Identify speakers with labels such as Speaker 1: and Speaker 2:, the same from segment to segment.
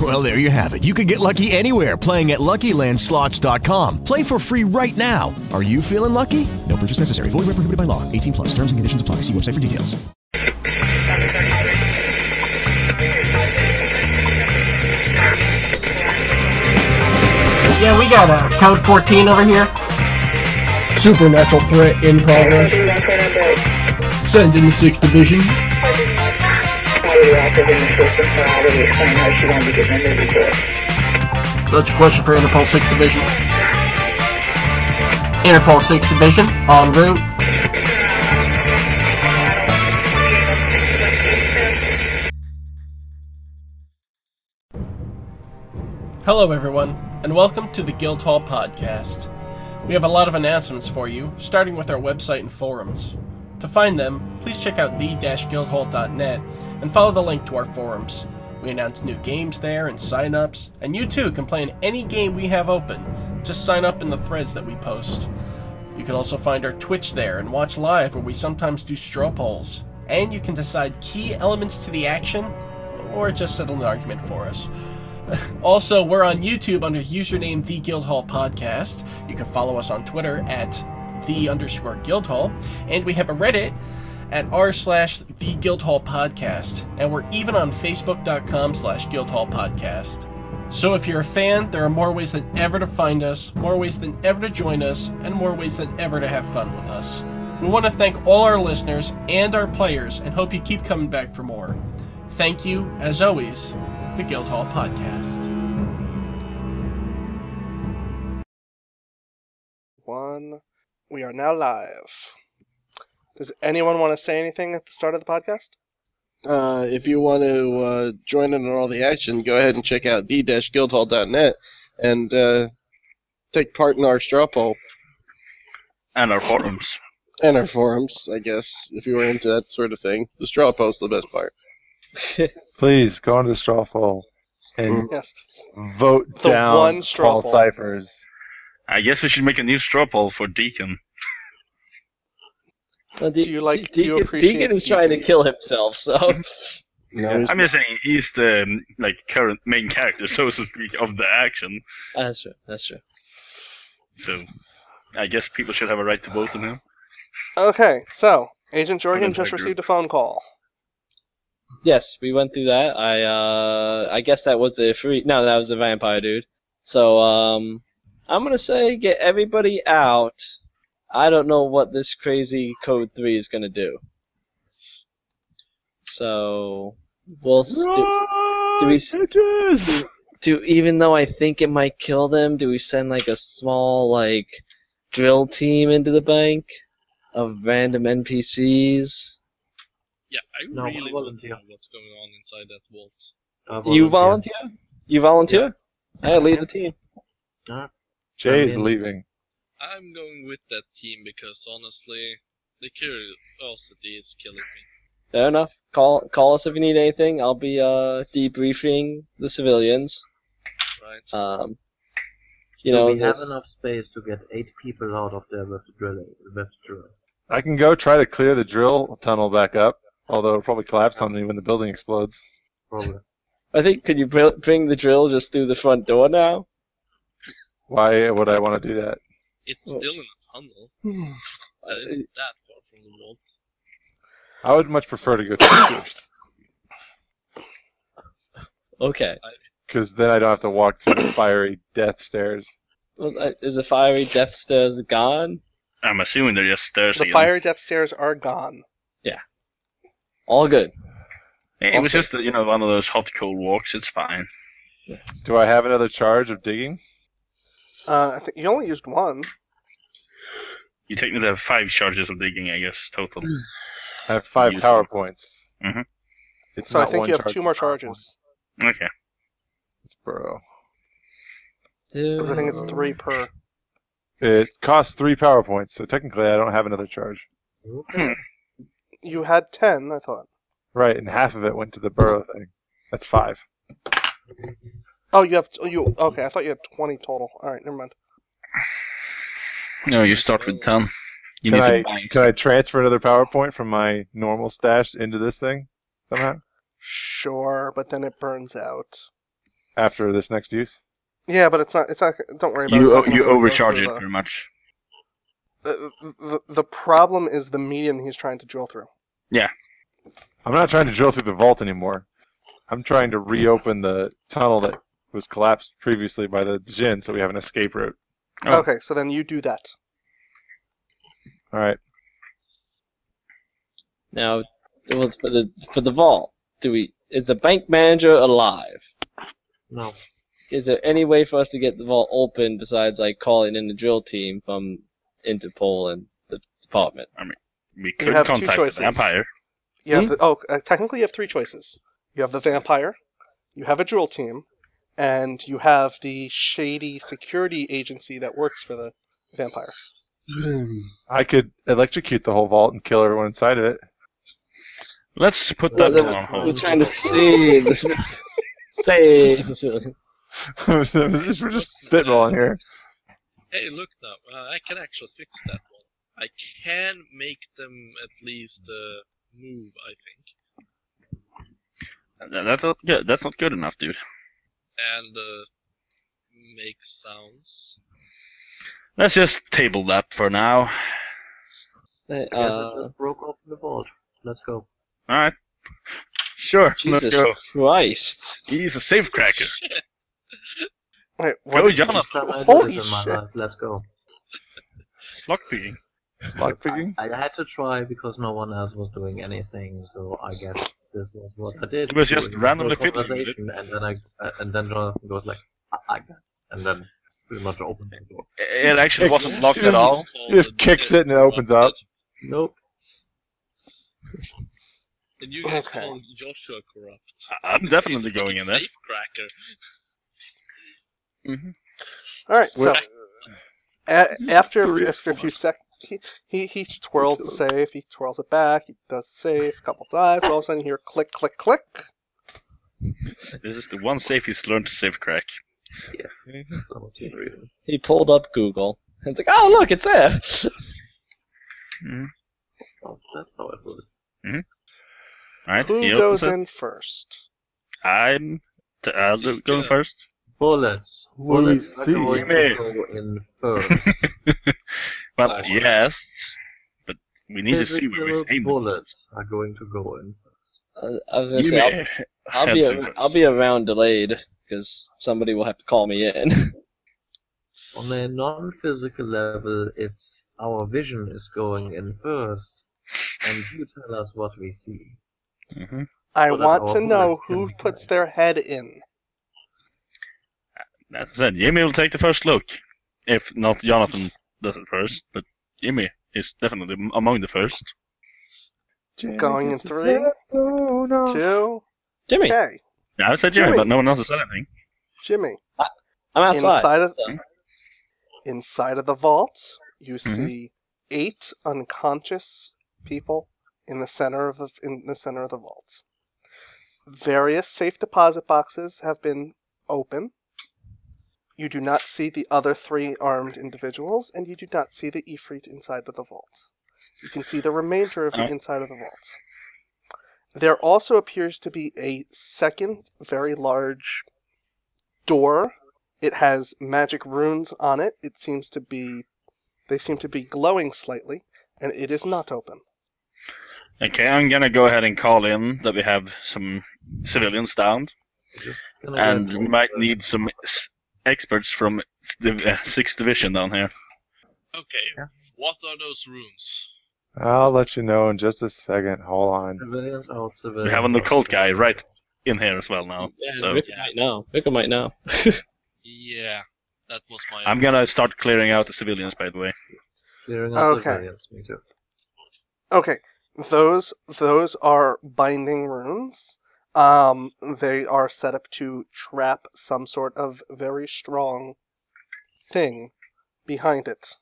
Speaker 1: Well, there you have it. You can get lucky anywhere playing at LuckyLandSlots.com. Play for free right now. Are you feeling lucky? No purchase necessary. Void where prohibited by law. 18 plus. Terms and conditions apply. See website for details.
Speaker 2: Yeah, we got uh, code 14 over here.
Speaker 3: Supernatural threat in progress. Send in the 6th Division.
Speaker 2: That's a question for Interpol 6 Division. Interpol 6 Division, en route. Hello, everyone, and welcome to the Guildhall Podcast. We have a lot of announcements for you, starting with our website and forums. To find them, please check out the-guildhall.net and follow the link to our forums. We announce new games there and sign-ups, and you too can play in any game we have open. Just sign up in the threads that we post. You can also find our Twitch there and watch live where we sometimes do straw polls. And you can decide key elements to the action or just settle an argument for us. Also, we're on YouTube under username The Guildhall Podcast. You can follow us on Twitter at The underscore Guildhall. And we have a Reddit at r slash The Guildhall Podcast. And we're even on Facebook.com slash Guildhall Podcast. So if you're a fan, there are more ways than ever to find us, more ways than ever to join us, and more ways than ever to have fun with us. We want to thank all our listeners and our players and hope you keep coming back for more. Thank you, as always, the Guildhall Podcast.
Speaker 4: One. We are now live. Does anyone want to say anything at the start of the podcast?
Speaker 5: Uh, if you want to uh, join in on all the action, go ahead and check out the-guildhall.net and uh, take part in our straw poll
Speaker 6: and our forums.
Speaker 5: and our forums, I guess, if you were into that sort of thing. The straw poll's the best part.
Speaker 7: Please go into the straw poll and
Speaker 4: Yes.
Speaker 7: vote
Speaker 4: The
Speaker 7: down
Speaker 4: one straw
Speaker 7: Paul
Speaker 4: poll.
Speaker 7: Ciphers.
Speaker 6: I guess we should make a new straw poll for Deacon.
Speaker 8: Well, De-
Speaker 4: Do you like-
Speaker 8: De-
Speaker 4: do you
Speaker 8: Deacon,
Speaker 4: appreciate
Speaker 8: Deacon is trying to
Speaker 4: Deacon?
Speaker 8: kill himself, so
Speaker 5: No, he's-
Speaker 6: I'm just saying he's the um, like current main character, so to speak, of the action.
Speaker 8: Ah, that's true. That's true.
Speaker 6: So I guess people should have a right to vote on him.
Speaker 4: Okay, so Agent Jorgen
Speaker 6: didn't
Speaker 4: just
Speaker 6: I agree?
Speaker 4: received a phone call.
Speaker 8: Yes, we went through that. I uh, I guess that was the free. No, that was the vampire dude. So um, I'm gonna say get everybody out. I don't know what this crazy code three is gonna do. So we'll. s- do, do we? s- do even though I think it might kill them, do we send like a small like drill team into the bank of random NPCs?
Speaker 9: Yeah, I
Speaker 2: No, I
Speaker 9: really want to
Speaker 2: volunteer.
Speaker 9: know what's going on inside that vault.
Speaker 8: You volunteer? You volunteer? I lead the team.
Speaker 7: Jay is
Speaker 2: I'm in.
Speaker 7: leaving.
Speaker 9: I'm going with that team because honestly, the curiosity is killing me.
Speaker 8: Fair enough. Call call us if you need anything. I'll be uh debriefing the civilians.
Speaker 9: Right?
Speaker 8: Um, you know,
Speaker 2: we have
Speaker 8: this-
Speaker 2: enough space to get eight people out of there with the drilling, with the drill.
Speaker 7: I can go try to clear the drill tunnel back up, although it'll probably collapse on me when the building explodes.
Speaker 2: Probably.
Speaker 8: I think could you br- bring the drill just through the front door now?
Speaker 7: Why would I want to do that?
Speaker 9: It's
Speaker 8: Well-
Speaker 9: still in a tunnel. but it's that far from the vault.
Speaker 7: I would much prefer to go through first,
Speaker 8: Okay.
Speaker 7: because then I don't have to walk through the fiery death stairs.
Speaker 8: Well, uh, is the fiery death stairs gone?
Speaker 6: I'm assuming they're just stairs.
Speaker 4: The
Speaker 6: again.
Speaker 4: fire death stairs are gone.
Speaker 8: All good.
Speaker 6: Hey, It was
Speaker 8: also-
Speaker 6: just you know one of those hot cold walks. It's fine.
Speaker 7: Do I have another charge of digging?
Speaker 4: Uh, I think you only used one.
Speaker 6: You technically have five charges of digging, I guess, total.
Speaker 7: I have five
Speaker 6: You-
Speaker 7: power points.
Speaker 6: Mhm.
Speaker 7: It's
Speaker 4: so I
Speaker 7: not
Speaker 4: think
Speaker 7: one
Speaker 4: you have
Speaker 7: charge,
Speaker 4: two more
Speaker 7: it's power points.
Speaker 4: charges.
Speaker 6: Okay.
Speaker 7: It's burrow.
Speaker 4: Because I think it's three per.
Speaker 7: It costs three power points, so technically I don't have another charge.
Speaker 8: you had ten, I thought.
Speaker 10: Right, and half of it went to the burrow thing. That's five.
Speaker 8: Oh, you have oh, you. Okay, I thought you had twenty total. All right, never mind.
Speaker 7: No, you start with ten. You
Speaker 10: can
Speaker 7: need
Speaker 10: I
Speaker 7: to buy.
Speaker 10: can I transfer another PowerPoint from my normal stash into this thing somehow
Speaker 8: Sure, but then it burns out.
Speaker 10: after this next use?
Speaker 8: Yeah, but it's not. It's not. Don't worry about it. It's
Speaker 7: You
Speaker 8: not
Speaker 7: o-
Speaker 8: gonna
Speaker 7: you
Speaker 8: really go
Speaker 7: overcharge
Speaker 8: through
Speaker 7: it
Speaker 8: the-
Speaker 7: very much.
Speaker 8: The, the, the problem is the medium he's trying to drill through.
Speaker 7: Yeah.
Speaker 10: I'm not trying to drill through the vault anymore. I'm trying to reopen the tunnel that was collapsed previously by the Jin, so we have an escape route.
Speaker 7: Oh.
Speaker 8: Okay, so then you do that.
Speaker 10: All right.
Speaker 5: Now, well, it's for the for the vault, do we? Is the bank manager alive?
Speaker 11: No.
Speaker 5: Is there any way for us to get the vault open besides like calling in the drill team from Interpol and the department?
Speaker 7: I mean, we
Speaker 8: You have two choices. You have the, oh, uh, technically you have three choices. You have the vampire, you have a drill team, and you have the shady security agency that works for the vampire.
Speaker 10: I could electrocute the whole vault and kill everyone inside of it.
Speaker 7: Let's put
Speaker 5: that Well, on hold. we're trying to save this- Say.
Speaker 10: we're just spitballing here.
Speaker 2: Hey, look now, uh, I can actually fix that one. I can make them at least uh, move, I think.
Speaker 7: That- That's not good. That's not good enough, dude.
Speaker 2: And uh, make sounds.
Speaker 7: Let's just table that for now.
Speaker 5: Hey,
Speaker 11: I guess
Speaker 5: uh,
Speaker 11: it just broke open the vault. Let's go.
Speaker 7: All right. Sure.
Speaker 11: Jesus
Speaker 7: let's
Speaker 5: go. Christ.
Speaker 7: He's a safe cracker.
Speaker 8: Wait,
Speaker 7: what Go, did you Jonathan. just-
Speaker 11: First time I do
Speaker 7: Holy
Speaker 11: this in my
Speaker 7: shit.
Speaker 11: life. Let's go.
Speaker 7: Lockpicking.
Speaker 10: Lockpicking?
Speaker 11: I, I had to try because no one else was doing anything, so I guess this was what I did.
Speaker 7: It was just
Speaker 11: During the
Speaker 7: randomly
Speaker 11: whole
Speaker 7: fiddling with it.
Speaker 11: conversation, And then I, uh, and then Jonathan goes like, I, I got, and then pretty much opened the door.
Speaker 7: It actually wasn't locked
Speaker 10: He
Speaker 7: at
Speaker 10: just-
Speaker 7: all.
Speaker 10: He just kicks it and it opens up.
Speaker 11: Nope.
Speaker 2: And you guys call Joshua corrupt.
Speaker 7: I'm definitely going in there.
Speaker 2: Safe cracker.
Speaker 8: All right, so
Speaker 2: Wait.
Speaker 8: a- after a few, after a few seconds, he, he he twirls the safe, he twirls it back, he does safe a couple times. All of a sudden, you hear click, click, click.
Speaker 7: This is the one safe he's learned to safe crack.
Speaker 5: He pulled up Google. It's like, oh look, it's there.
Speaker 11: That's, that's how it works.
Speaker 7: All right.
Speaker 8: Who
Speaker 7: he opens
Speaker 8: goes
Speaker 7: it.
Speaker 8: in first?
Speaker 7: I'm. T- I'll do- go in first.
Speaker 11: Bullets.
Speaker 7: We
Speaker 11: Bullets are
Speaker 7: see.
Speaker 11: going to
Speaker 7: Meh.
Speaker 11: go in first.
Speaker 7: Well, yes, but we need to see where we
Speaker 11: Individual
Speaker 7: save them.
Speaker 11: bullets are going to go in.
Speaker 5: Uh, I was gonna
Speaker 11: You
Speaker 5: say
Speaker 11: may
Speaker 5: I'll, I'll
Speaker 11: have
Speaker 5: be
Speaker 11: to
Speaker 5: a, I'll be around delayed because somebody will have to call me in.
Speaker 11: On a non-physical level, it's our vision is going in first, and you tell us what we see.
Speaker 7: Mm-hmm.
Speaker 8: I
Speaker 11: Well,
Speaker 8: want
Speaker 11: that's
Speaker 8: to
Speaker 11: all.
Speaker 8: know
Speaker 11: That's
Speaker 8: who puts their head in.
Speaker 7: As I said, Jimmy will take the first look. If not, Jonathan does it first, but Jimmy is definitely m- among the first.
Speaker 8: Going in three, two,
Speaker 5: Jimmy.
Speaker 8: Okay,
Speaker 7: Yeah, I said Jimmy,
Speaker 8: Jimmy.
Speaker 7: but no one else has said anything.
Speaker 8: Jimmy.
Speaker 5: I'm outside,
Speaker 8: Inside of,
Speaker 5: so-
Speaker 8: inside of the vault, you
Speaker 7: Mm-hmm.
Speaker 8: see eight unconscious people in the center of the, in the center of the vault. Various safe deposit boxes have been open. You do not see the other three armed individuals, and you do not see the Ifrit inside of the vault. You can see the remainder of the
Speaker 7: Alright.
Speaker 8: inside of the vault. There also appears to be a second, very large door. It has magic runes on it. It seems to be, they seem to be glowing slightly, and it is not open.
Speaker 7: Okay, I'm gonna go ahead and call in that we have some civilians downed,
Speaker 11: Can I
Speaker 7: and we might need some s- experts from s- div- uh, Sixth Division down here.
Speaker 2: Okay, what are those rooms?
Speaker 10: I'll let you know in just a second. Hold on.
Speaker 11: Civilians out,
Speaker 7: We
Speaker 11: civilians
Speaker 7: have an
Speaker 11: out.
Speaker 7: occult guy right in here as well now.
Speaker 2: Yeah,
Speaker 7: so
Speaker 5: Rick might know. Rick might know.
Speaker 2: Yeah, that was my.
Speaker 7: I'm gonna start clearing out the civilians, by the way.
Speaker 11: Clearing
Speaker 8: out
Speaker 11: out
Speaker 8: Okay.
Speaker 11: civilians, me too.
Speaker 8: Okay, those those are binding runes. Um, they are set up to trap some sort of very strong thing behind it.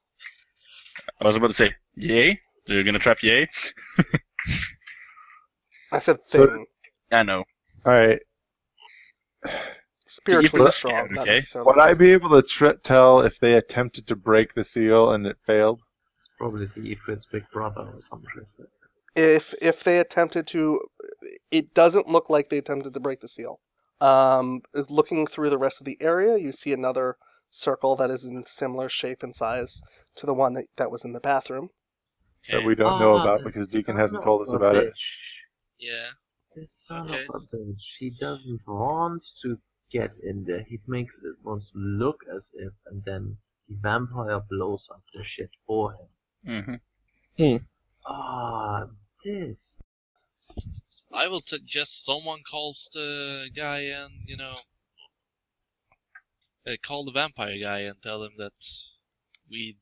Speaker 7: I was about to say, yay? You're gonna trap yay?
Speaker 8: I said
Speaker 5: So-
Speaker 8: thing.
Speaker 12: I know.
Speaker 5: All right.
Speaker 8: Spiritually
Speaker 5: Would-
Speaker 8: strong, not
Speaker 5: okay.
Speaker 8: necessarily
Speaker 5: Would I be able to tr- tell if they attempted to break the seal and it failed? It's
Speaker 13: probably the Ifrit's big brother or something.
Speaker 8: if if they attempted to it doesn't look like they attempted to break the seal um, looking through the rest of the area you see another circle that is in similar shape and size to the one that, that was in the bathroom
Speaker 5: That we don't know
Speaker 8: Ah,
Speaker 5: about because Deacon hasn't told us
Speaker 13: of a
Speaker 5: about it.
Speaker 14: Yeah.
Speaker 13: This son of a bitch, he doesn't want to get in there. He makes it wants to look as if, and then the vampire blows up the shit for him.
Speaker 14: Hmm.
Speaker 13: Ah, this.
Speaker 14: I will suggest someone calls the guy and, you know, uh, call the vampire guy and tell him that we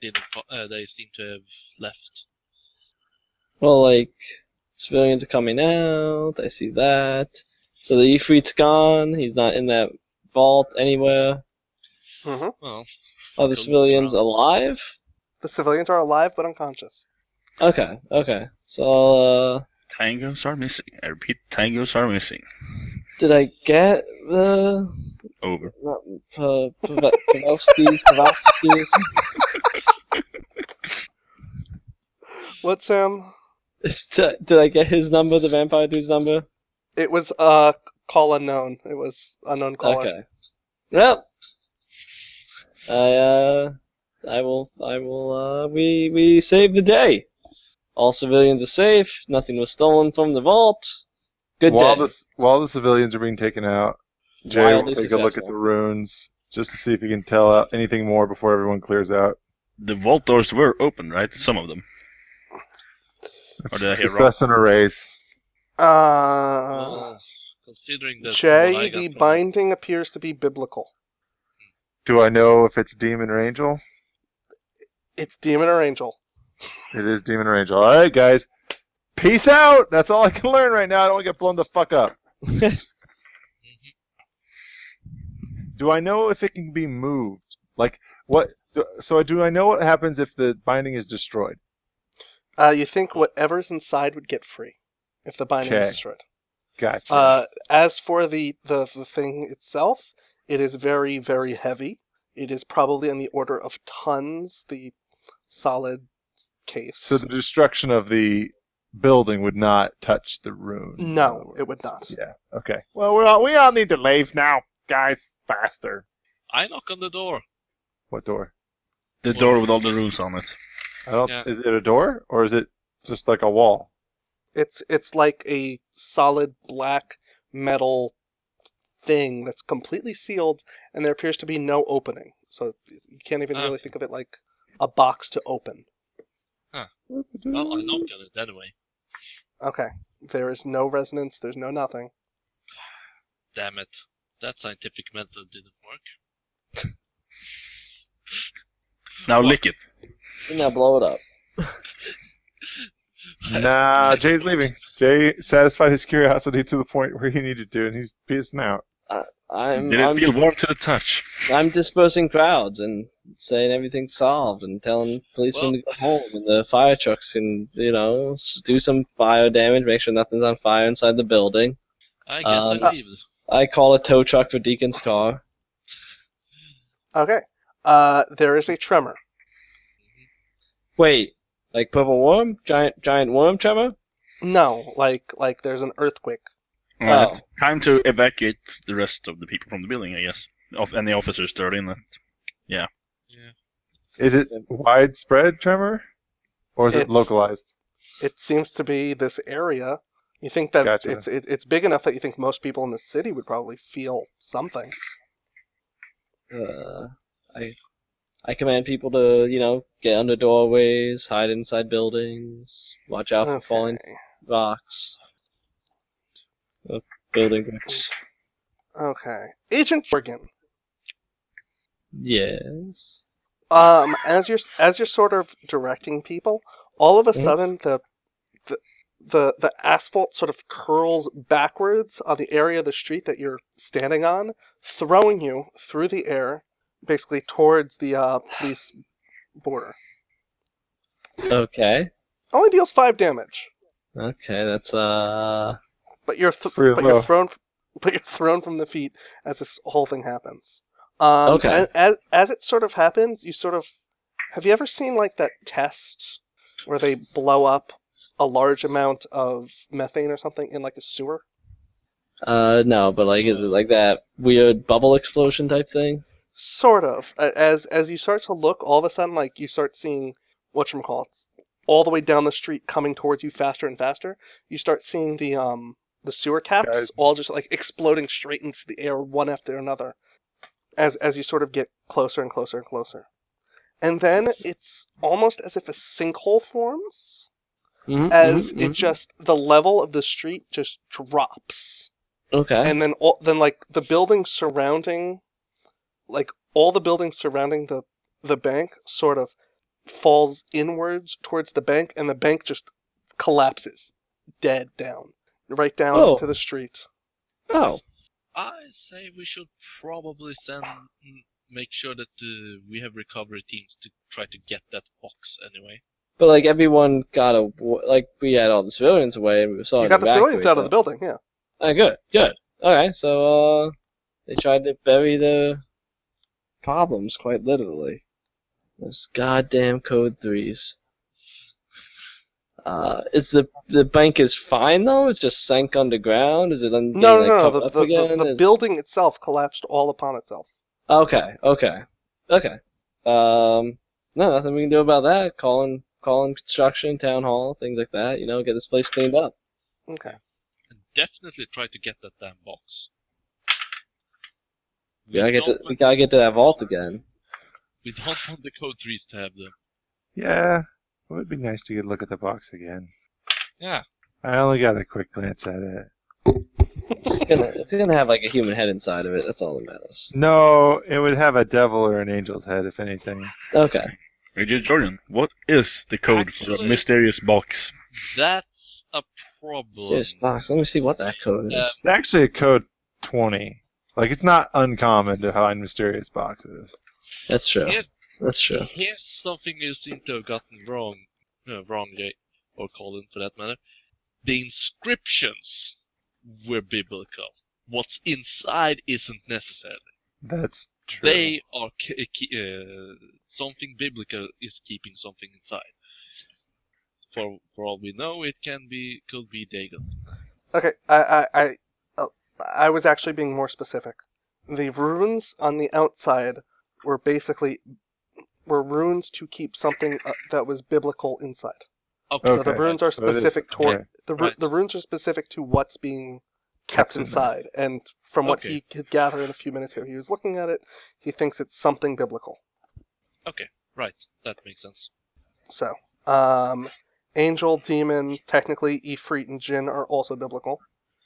Speaker 14: didn't. fo- Uh, they seem to have left.
Speaker 7: Well, like, civilians are coming out, I see that. So the Ifrit's gone, he's not in that vault anywhere.
Speaker 8: Mhm.
Speaker 14: Well,
Speaker 7: Are the civilians alive?
Speaker 8: the civilians are alive but unconscious
Speaker 7: Okay, okay. So, uh,
Speaker 12: Tangos are missing. I repeat, tangos are missing.
Speaker 7: did I get the.
Speaker 12: Over.
Speaker 7: Not. P- P- Pavelskis, Pavelskis?
Speaker 8: what's um
Speaker 7: Did uh, did I get his number, the vampire dude's number?
Speaker 8: it was uh call unknown it was unknown caller
Speaker 7: Okay. Well, I uh, I will, I will. Uh, we we saved the day. All civilians are safe. Nothing was stolen from the vault. Good
Speaker 5: while
Speaker 7: day.
Speaker 5: The, c- while the civilians are being taken out, Jay will
Speaker 7: Wildly
Speaker 5: take a look at
Speaker 7: successful.
Speaker 5: the runes just to see if he can tell out anything more before everyone clears out.
Speaker 12: The vault doors were open, right? Some of them. Or did I hear wrong?
Speaker 5: Success and a raise.
Speaker 8: uh
Speaker 14: considering
Speaker 12: that's what
Speaker 8: jay
Speaker 12: I got
Speaker 8: the
Speaker 12: from it.
Speaker 8: binding appears to be biblical
Speaker 5: Do I know if it's demon or angel?
Speaker 8: it's demon or angel
Speaker 5: It is demon or angel. All right, guys. Peace out. That's all I can learn right now. I don't want to get blown the fuck up. do I know if it can be moved? Like what? Do, so do I know what happens if the binding is destroyed?
Speaker 8: Uh, you think whatever's inside would get free if the binding is
Speaker 5: Okay.
Speaker 8: destroyed.
Speaker 5: Gotcha.
Speaker 8: Uh, as for the, the, the thing itself, it is very, very heavy. It is probably in the order of tons, the solid case.
Speaker 5: so the destruction of the building would not touch the rune.
Speaker 8: No, it would not.
Speaker 5: Yeah. Okay. Well, we all, we all need to leave now, guys. Faster.
Speaker 14: I knock on the door.
Speaker 5: What door?
Speaker 12: The door with all the runes on it.
Speaker 5: I don't.
Speaker 14: Yeah.
Speaker 5: Is it a door or is it just like a wall?
Speaker 8: It's it's like a solid black metal thing that's completely sealed, and there appears to be no opening. So you can't even really think of it like a box to open.
Speaker 14: Huh. Well, I knock on it anyway.
Speaker 8: Okay. There is no resonance. There's no nothing.
Speaker 14: Damn it. That scientific method didn't work.
Speaker 12: Now lick it.
Speaker 7: Now blow it up.
Speaker 5: Nah, Jay's leaving. Jay satisfied his curiosity to the point where he needed to, and he's peacing out.
Speaker 7: I'm.
Speaker 5: Did it
Speaker 7: I'm,
Speaker 5: feel
Speaker 12: warm to the touch?
Speaker 7: I'm dispersing crowds and saying everything's solved and telling policemen to go home and the fire trucks can you know s- do some fire damage, make sure nothing's on fire inside the building.
Speaker 14: I
Speaker 8: guess I
Speaker 12: Uh,
Speaker 8: leave.
Speaker 7: I call a tow truck for Deacon's car.
Speaker 8: Okay. Uh, there is a tremor.
Speaker 7: Wait, like purple worm, giant giant worm tremor?
Speaker 8: No, like like there's an earthquake.
Speaker 7: Oh.
Speaker 12: Alright. Time to evacuate the rest of the people from the building, I guess. Of and the officers that are in it. Yeah.
Speaker 5: Is it widespread tremor, or is it
Speaker 8: It's-
Speaker 5: localized?
Speaker 8: It seems to be this area. You think that
Speaker 5: Gotcha.
Speaker 8: it's it, it's big enough that you think most people in the city would probably feel something.
Speaker 7: Uh, I I command people to you know get under doorways, hide inside buildings, watch out for falling rocks, uh, building bricks.
Speaker 8: Okay, Agent Morgan.
Speaker 7: Yes.
Speaker 8: Um, as you're as you're sort of directing people, all of a sudden the the the the asphalt sort of curls backwards on the area of the street that you're standing on, throwing you through the air, basically towards the uh, police border.
Speaker 7: Okay.
Speaker 8: Only deals five damage.
Speaker 7: Okay, that's uh.
Speaker 8: But you're th-
Speaker 7: Pretty
Speaker 8: but you're
Speaker 7: low.
Speaker 8: thrown f- but you're thrown from the feet as this whole thing happens. Um,
Speaker 7: Okay.
Speaker 8: and As, as it sort of happens, you sort of have you ever seen like that test where they blow up a large amount of methane or something in like a sewer?
Speaker 7: Uh, no, but like, is it like that weird bubble explosion type thing?
Speaker 8: Sort of. A- As as you start to look, all of a sudden, like you start seeing what you call all the way down the street coming towards you faster and faster. You start seeing the um the sewer caps
Speaker 15: Guys.
Speaker 8: all just like exploding straight into the air one after another. As as you sort of get closer and closer and closer. And then it's almost as if a sinkhole forms
Speaker 5: Mm-hmm,
Speaker 8: as
Speaker 7: Mm-hmm,
Speaker 8: it just the level of the street just drops.
Speaker 5: mm-hmm.
Speaker 7: Okay.
Speaker 8: And then all, then like the buildings surrounding like all the buildings surrounding the the bank sort of falls inwards towards the bank and the bank just collapses dead down right down
Speaker 7: Oh.
Speaker 8: to the street.
Speaker 7: Oh.
Speaker 2: I say we should probably send, m- make sure that uh, we have recovery teams to try to get that box anyway.
Speaker 7: But like everyone got a like we had all the civilians away and we saw
Speaker 8: You got the civilians out of the building, yeah.
Speaker 7: Oh, good, good. Okay, so uh, they tried to bury the problems quite literally. Those goddamn code threes. Uh, is the the bank is fine though? It's just sank underground. Is it un-
Speaker 8: No, no,
Speaker 7: like,
Speaker 8: no, no.
Speaker 7: covered
Speaker 8: The,
Speaker 7: up
Speaker 8: the, the,
Speaker 7: again?
Speaker 8: the
Speaker 7: Is-
Speaker 8: building itself collapsed all upon itself.
Speaker 7: Okay, okay, okay. Um, no, nothing we can do about that. Calling, calling construction, town hall, things like that. You know, get this place cleaned up.
Speaker 8: Okay.
Speaker 2: Definitely try to get that damn box.
Speaker 7: We gotta get to, we gotta get to that vault again.
Speaker 2: We don't want the code threes to have them.
Speaker 15: Yeah, it would be nice to get a look at the box again.
Speaker 2: Yeah.
Speaker 15: I only got a quick glance at it.
Speaker 7: It's gonna, it's gonna have like a human head inside of it. That's all that matters.
Speaker 15: No, it would have a devil or an angel's head, if anything.
Speaker 7: Okay.
Speaker 6: Agent Jordan, what is the code for the
Speaker 2: Actually-
Speaker 6: mysterious box?
Speaker 2: That's a problem.
Speaker 7: Serious box. Let me see what that code
Speaker 2: Yeah.
Speaker 7: is.
Speaker 15: It's actually a code 20. Like, it's not uncommon to find mysterious boxes.
Speaker 7: That's true.
Speaker 2: Here-
Speaker 7: That's true.
Speaker 2: Here's something you seem to have gotten wrong, uh, wrongly, or Colin for that matter. The inscriptions were biblical. What's inside isn't necessary.
Speaker 15: That's true.
Speaker 2: They are ki- ki- uh, something biblical is keeping something inside. For for all we know, it can be could be Dagon.
Speaker 8: Okay, I I I, oh, I was actually being more specific. The runes on the outside were basically were runes to keep something uh, that was biblical inside.
Speaker 2: Okay.
Speaker 8: So the runes are
Speaker 15: so it is-
Speaker 8: specific toward
Speaker 15: yeah.
Speaker 8: the ru- the runes are specific to what's being kept
Speaker 15: in there.
Speaker 8: inside. And from what
Speaker 2: Okay.
Speaker 8: he could gather in a few minutes here, he was looking at it. He thinks it's something biblical.
Speaker 2: Okay, right, that makes sense.
Speaker 8: So, um, angel, demon, technically Ifrit and Jinn are also biblical.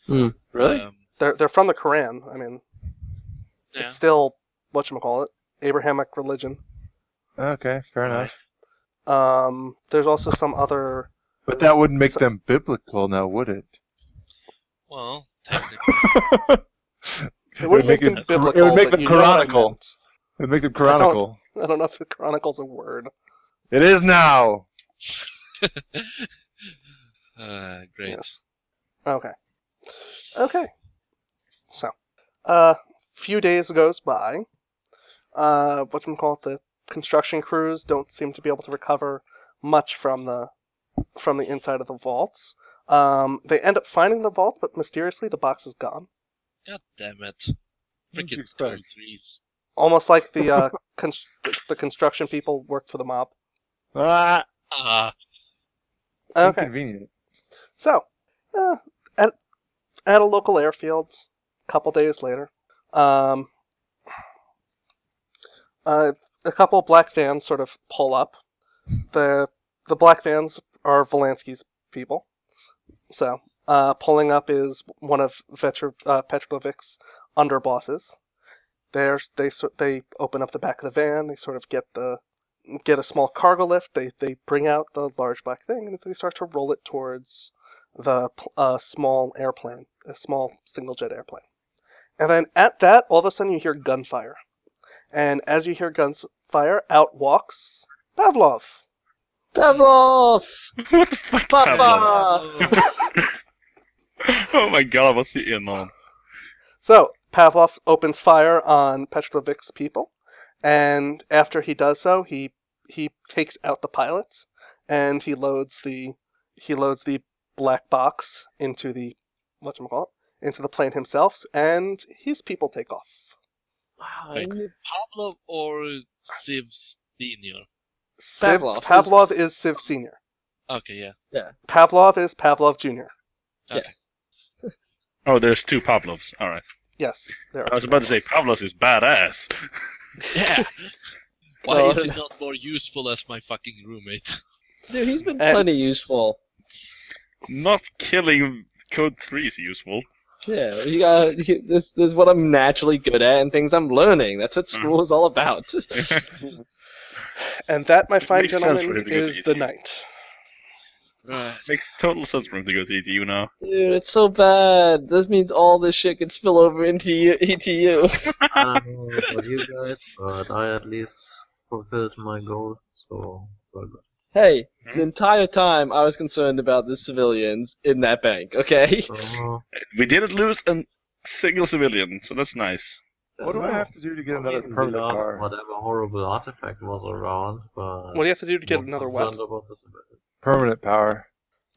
Speaker 7: Really?
Speaker 2: Um,
Speaker 8: They're they're from the Quran. I mean,
Speaker 2: yeah.
Speaker 8: it's still whatchamacallit, Abrahamic religion.
Speaker 15: Okay, fair enough.
Speaker 8: Um, there's also some other
Speaker 15: But that wouldn't make them biblical now, would it?
Speaker 2: Well, technically.
Speaker 8: It wouldn't make them
Speaker 15: it,
Speaker 8: biblical.
Speaker 15: It would make them
Speaker 8: but you know what I
Speaker 15: canonical.
Speaker 8: meant.
Speaker 15: It would make them
Speaker 8: I don't-
Speaker 15: canonical.
Speaker 8: I don't, know if the chronicle's a word.
Speaker 15: It is now!
Speaker 2: Uh, great.
Speaker 8: Yes. Okay. Okay. So, a uh, few days goes by. Uh, what can call it? The construction crews don't seem to be able to recover much from the from the inside of the vaults. Um, they end up finding the vault, but mysteriously the box is gone.
Speaker 2: God damn it!
Speaker 15: What'd you
Speaker 2: Freaking
Speaker 15: expect?
Speaker 2: code threes.
Speaker 8: Almost like the uh, const- the construction people worked for the mob.
Speaker 15: Ah,
Speaker 2: Ah,
Speaker 8: Okay.
Speaker 15: inconvenient.
Speaker 8: So, uh, at at a local airfield, a couple days later, um, uh, a couple of black vans sort of pull up. the The black vans are Volansky's people. So, uh, pulling up is one of Vetro, uh, Petrovic's underbosses. They're, they sor- they open up the back of the van. They sort of get the get a small cargo lift. They they bring out the large black thing and they start to roll it towards the pl- uh, small airplane, a small single jet airplane. And then at that, all of a sudden you hear gunfire, and as you hear guns fire, out walks Pavlov.
Speaker 16: Pavlov!
Speaker 8: what the fuck,
Speaker 16: Papa!
Speaker 8: oh my god, what's he in on?
Speaker 7: So Pavlov opens fire on Petrovic's people, and after he does so, he he takes out the pilots and he loads the he loads the black box into the whatchamacallit, into the plane himself, and his people take off.
Speaker 5: Wait, Pavlov or Siv Senior?
Speaker 7: Siv- Pavlov is Siv Senior.
Speaker 5: Okay, yeah.
Speaker 16: Yeah.
Speaker 7: Pavlov is Pavlov Junior.
Speaker 16: Yes.
Speaker 8: Oh, there's two Pavlovs. All right.
Speaker 7: Yes, there
Speaker 8: I was about to say Pavlos is badass.
Speaker 5: Yeah. Why
Speaker 16: No,
Speaker 5: is he
Speaker 16: no.
Speaker 5: not more useful as my fucking roommate?
Speaker 16: Dude, he's been
Speaker 8: And-
Speaker 16: plenty useful.
Speaker 8: Not killing code three is useful.
Speaker 16: Yeah, you got this. This is what I'm naturally good at, and things I'm learning. That's
Speaker 8: Mm.
Speaker 16: what school is all about.
Speaker 7: And that, my fine
Speaker 8: makes sense for
Speaker 7: gentlemen,
Speaker 8: him to go to
Speaker 7: is the night.
Speaker 8: Makes total sense for him to go to ETU now.
Speaker 16: Dude, it's so bad. This means all this shit can spill over into you, ETU.
Speaker 2: I don't know about you guys, but I at least fulfilled my goal, so so good.
Speaker 16: hey, the entire time I was concerned about the civilians in that bank. Okay.
Speaker 8: We didn't lose a single civilian, so that's nice.
Speaker 17: What do I have to do to get another
Speaker 2: We
Speaker 17: permanent
Speaker 2: lost
Speaker 17: car?
Speaker 2: Whatever horrible artifact was around, but
Speaker 7: What do you have to do to get another
Speaker 2: concerned
Speaker 7: weapon?
Speaker 2: about this ability.
Speaker 17: Permanent power.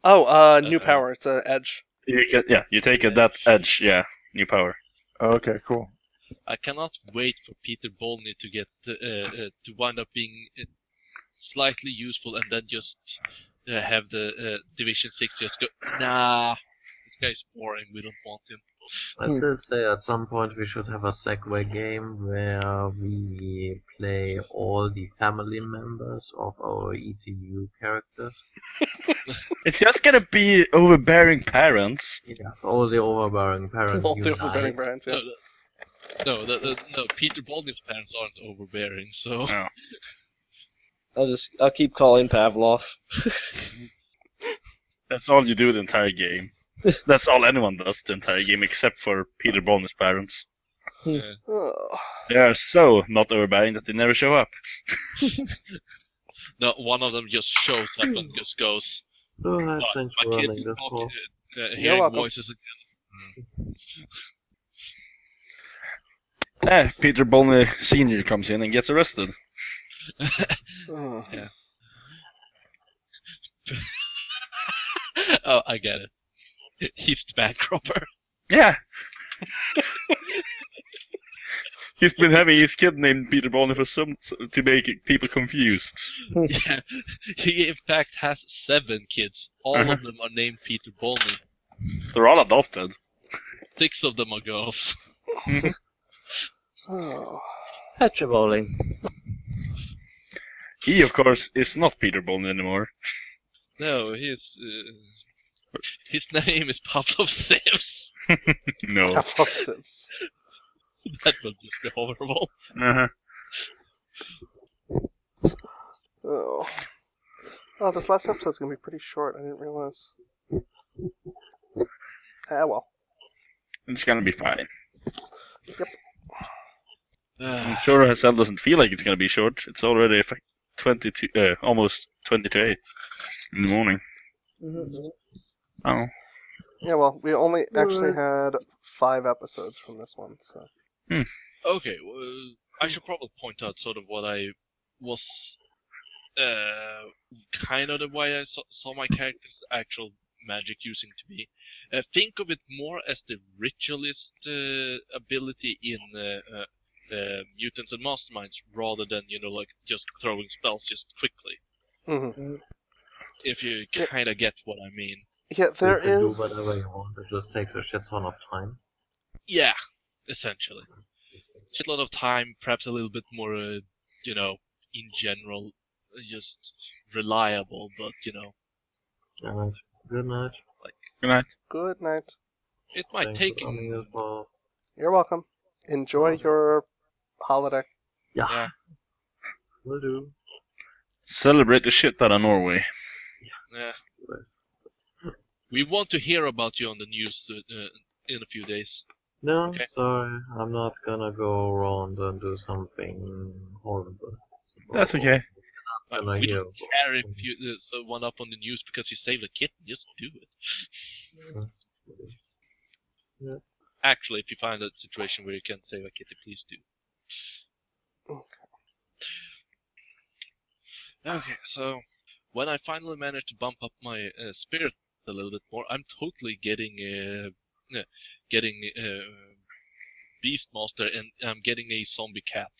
Speaker 7: Oh, uh, new power. It's an edge.
Speaker 8: You get, yeah, you take it that edge. Yeah, new power.
Speaker 17: Okay, cool.
Speaker 5: I cannot wait for Peter Bolney to get uh, uh, to wind up being uh, slightly useful and then just uh, have the uh, Division Six just go. Nah, this guy's boring. We don't want him.
Speaker 2: I still say at some point we should have a Segway game where we play all the family members of our ETU characters.
Speaker 8: It's just gonna be overbearing parents.
Speaker 2: Yes, all the overbearing parents.
Speaker 7: All the
Speaker 2: unite.
Speaker 7: overbearing brands. Yeah.
Speaker 5: No, that, that, no. Peter Bolney's parents aren't overbearing, so
Speaker 16: I'll just I'll keep calling Pavlov.
Speaker 8: That's all you do the entire game. That's all anyone does the entire game, except for Peter Bolney's parents.
Speaker 5: Uh,
Speaker 7: Oh.
Speaker 8: They are so not overbearing that they never show up.
Speaker 5: no. One of them just shows up and just goes.
Speaker 2: Oh, I
Speaker 5: "Oh,
Speaker 2: think
Speaker 5: my
Speaker 2: we're
Speaker 5: kids
Speaker 2: running this
Speaker 5: talking,
Speaker 2: call.
Speaker 5: uh, uh,
Speaker 2: You're
Speaker 5: hearing
Speaker 2: welcome.
Speaker 5: voices again.
Speaker 8: Mm. Eh, Peter Bolney Senior comes in and gets arrested.
Speaker 7: Oh.
Speaker 5: Oh, I get it. He's the bank robber.
Speaker 8: Yeah. He's been having his kid named Peter Bolney for some to make people confused.
Speaker 5: yeah. He in fact has seven kids. All
Speaker 8: Uh-huh.
Speaker 5: of them are named Peter Bolney.
Speaker 8: They're all adopted.
Speaker 5: Six of them are girls.
Speaker 7: Oh.
Speaker 16: Petra bowling.
Speaker 8: He, of course, is not Peter Bolney anymore.
Speaker 5: No, his uh, his name is Pavlov Sivs.
Speaker 8: no.
Speaker 7: Pavlov Sivs.
Speaker 5: That would just be horrible.
Speaker 8: Uh-huh.
Speaker 7: Oh. Oh, this last episode's gonna be pretty short. I didn't realize. Ah, well.
Speaker 8: It's gonna be fine.
Speaker 7: Yep.
Speaker 8: I'm sure Hassel doesn't feel like it's gonna be short. It's already fa- 22, uh, almost 20 to 8 in the morning. Oh.
Speaker 7: Yeah, well, we only actually had five episodes from this one, so.
Speaker 5: Okay, well, I should probably point out sort of what I was uh, kind of the way I saw, saw my character's actual magic using to be. Uh, think of it more as the ritualist uh, ability in uh, uh, uh, mutants and masterminds, rather than you know like just throwing spells just quickly.
Speaker 7: Mhm.
Speaker 5: If you kind of get what I mean.
Speaker 7: Yeah, there
Speaker 2: you can
Speaker 7: is-
Speaker 2: do whatever you want. It just takes a shit ton of time.
Speaker 5: Yeah, essentially. Just a lot of time, perhaps a little bit more, uh, you know, in general, uh, just reliable, but, you know,
Speaker 2: Alright. Good night.
Speaker 8: Good night.
Speaker 7: Good night.
Speaker 5: it might
Speaker 2: Thanks
Speaker 5: take
Speaker 2: for coming as well.
Speaker 7: You're welcome. Enjoy your holiday.
Speaker 2: Yeah.
Speaker 5: yeah.
Speaker 2: Will do.
Speaker 8: Celebrate the shit out of Norway.
Speaker 5: yeah. We want to hear about you on the news uh, uh, in a few days.
Speaker 2: No, sorry. I'm not gonna go around and do something horrible.
Speaker 8: That's okay.
Speaker 2: Like,
Speaker 18: And I
Speaker 2: we
Speaker 18: hear
Speaker 2: don't care if you uh, one up on the news because you saved a kitten. Just do it.
Speaker 18: Yeah.
Speaker 2: Actually, if you find a situation where you can save a kitten, please do. Okay, so when I finally manage to bump up my uh, spirit a little bit more, I'm totally getting uh, yeah, getting uh, Beastmaster, and I'm getting a zombie cat.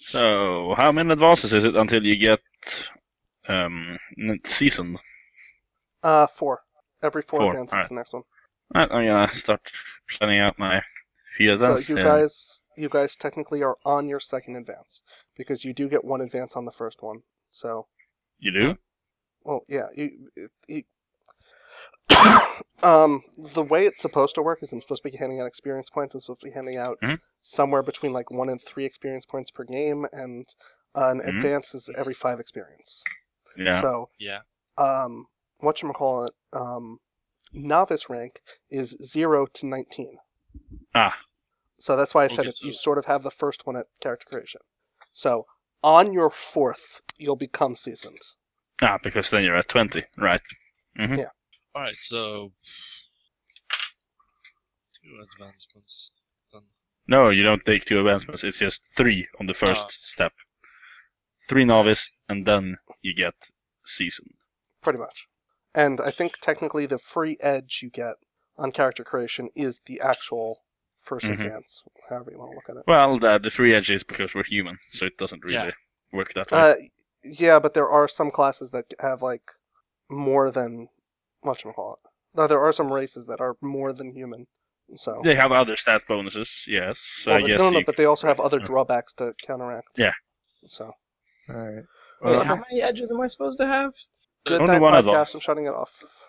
Speaker 8: So, how many advances is it until you get um, n- seasoned?
Speaker 7: Uh, four. Every four,
Speaker 8: Four,
Speaker 7: advances
Speaker 8: alright.
Speaker 7: the next one.
Speaker 8: Right, I'm gonna start planning out my few advances.
Speaker 7: so you
Speaker 8: then.
Speaker 7: guys, you guys technically are on your second advance because you do get one advance on the first one. So,
Speaker 8: You do?
Speaker 7: well, yeah, you, it- you um, the way it's supposed to work is I'm supposed to be handing out experience points. I'm supposed to be handing out
Speaker 8: Mhm.
Speaker 7: somewhere between like one and three experience points per game, and an
Speaker 8: Mhm.
Speaker 7: advance is every five experience.
Speaker 8: Yeah.
Speaker 7: So
Speaker 2: yeah.
Speaker 7: um, whatchamacallit, um, novice rank is 0 to 19.
Speaker 8: Ah.
Speaker 7: So that's why I said
Speaker 8: Okay,
Speaker 7: it, you sort of have the first one at character creation. So on your fourth, you'll become seasoned.
Speaker 8: Ah, because then you're at 20, right? hmm
Speaker 7: Yeah.
Speaker 2: All right, so two advancements.
Speaker 8: No, you don't take two advancements. It's just three on the first
Speaker 5: Ah,
Speaker 8: step. Three novice, and then you get seasoned.
Speaker 7: Pretty much. And I think technically the free edge you get on character creation is the actual 1st
Speaker 8: Mhm.
Speaker 7: advance, however you want to look at it.
Speaker 8: Well, the, the free edge is because we're human, so it doesn't really work that way.
Speaker 7: Uh, yeah, but there are some classes that have like more than whatchamacallit. No, there are some races that are more than human. So
Speaker 8: They have other stat bonuses, yes. So
Speaker 7: Well,
Speaker 8: I
Speaker 7: the-
Speaker 8: guess
Speaker 7: no, no,
Speaker 8: you-
Speaker 7: but they also have other drawbacks to counteract.
Speaker 8: yeah.
Speaker 7: So.
Speaker 19: All right.
Speaker 7: Well,
Speaker 20: Wait, how many edges am I supposed to have?
Speaker 7: Good
Speaker 8: Only
Speaker 7: night,
Speaker 8: one Mm-hmm.
Speaker 7: podcast.
Speaker 8: adult.
Speaker 7: I'm shutting it off.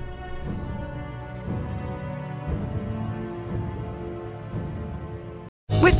Speaker 21: With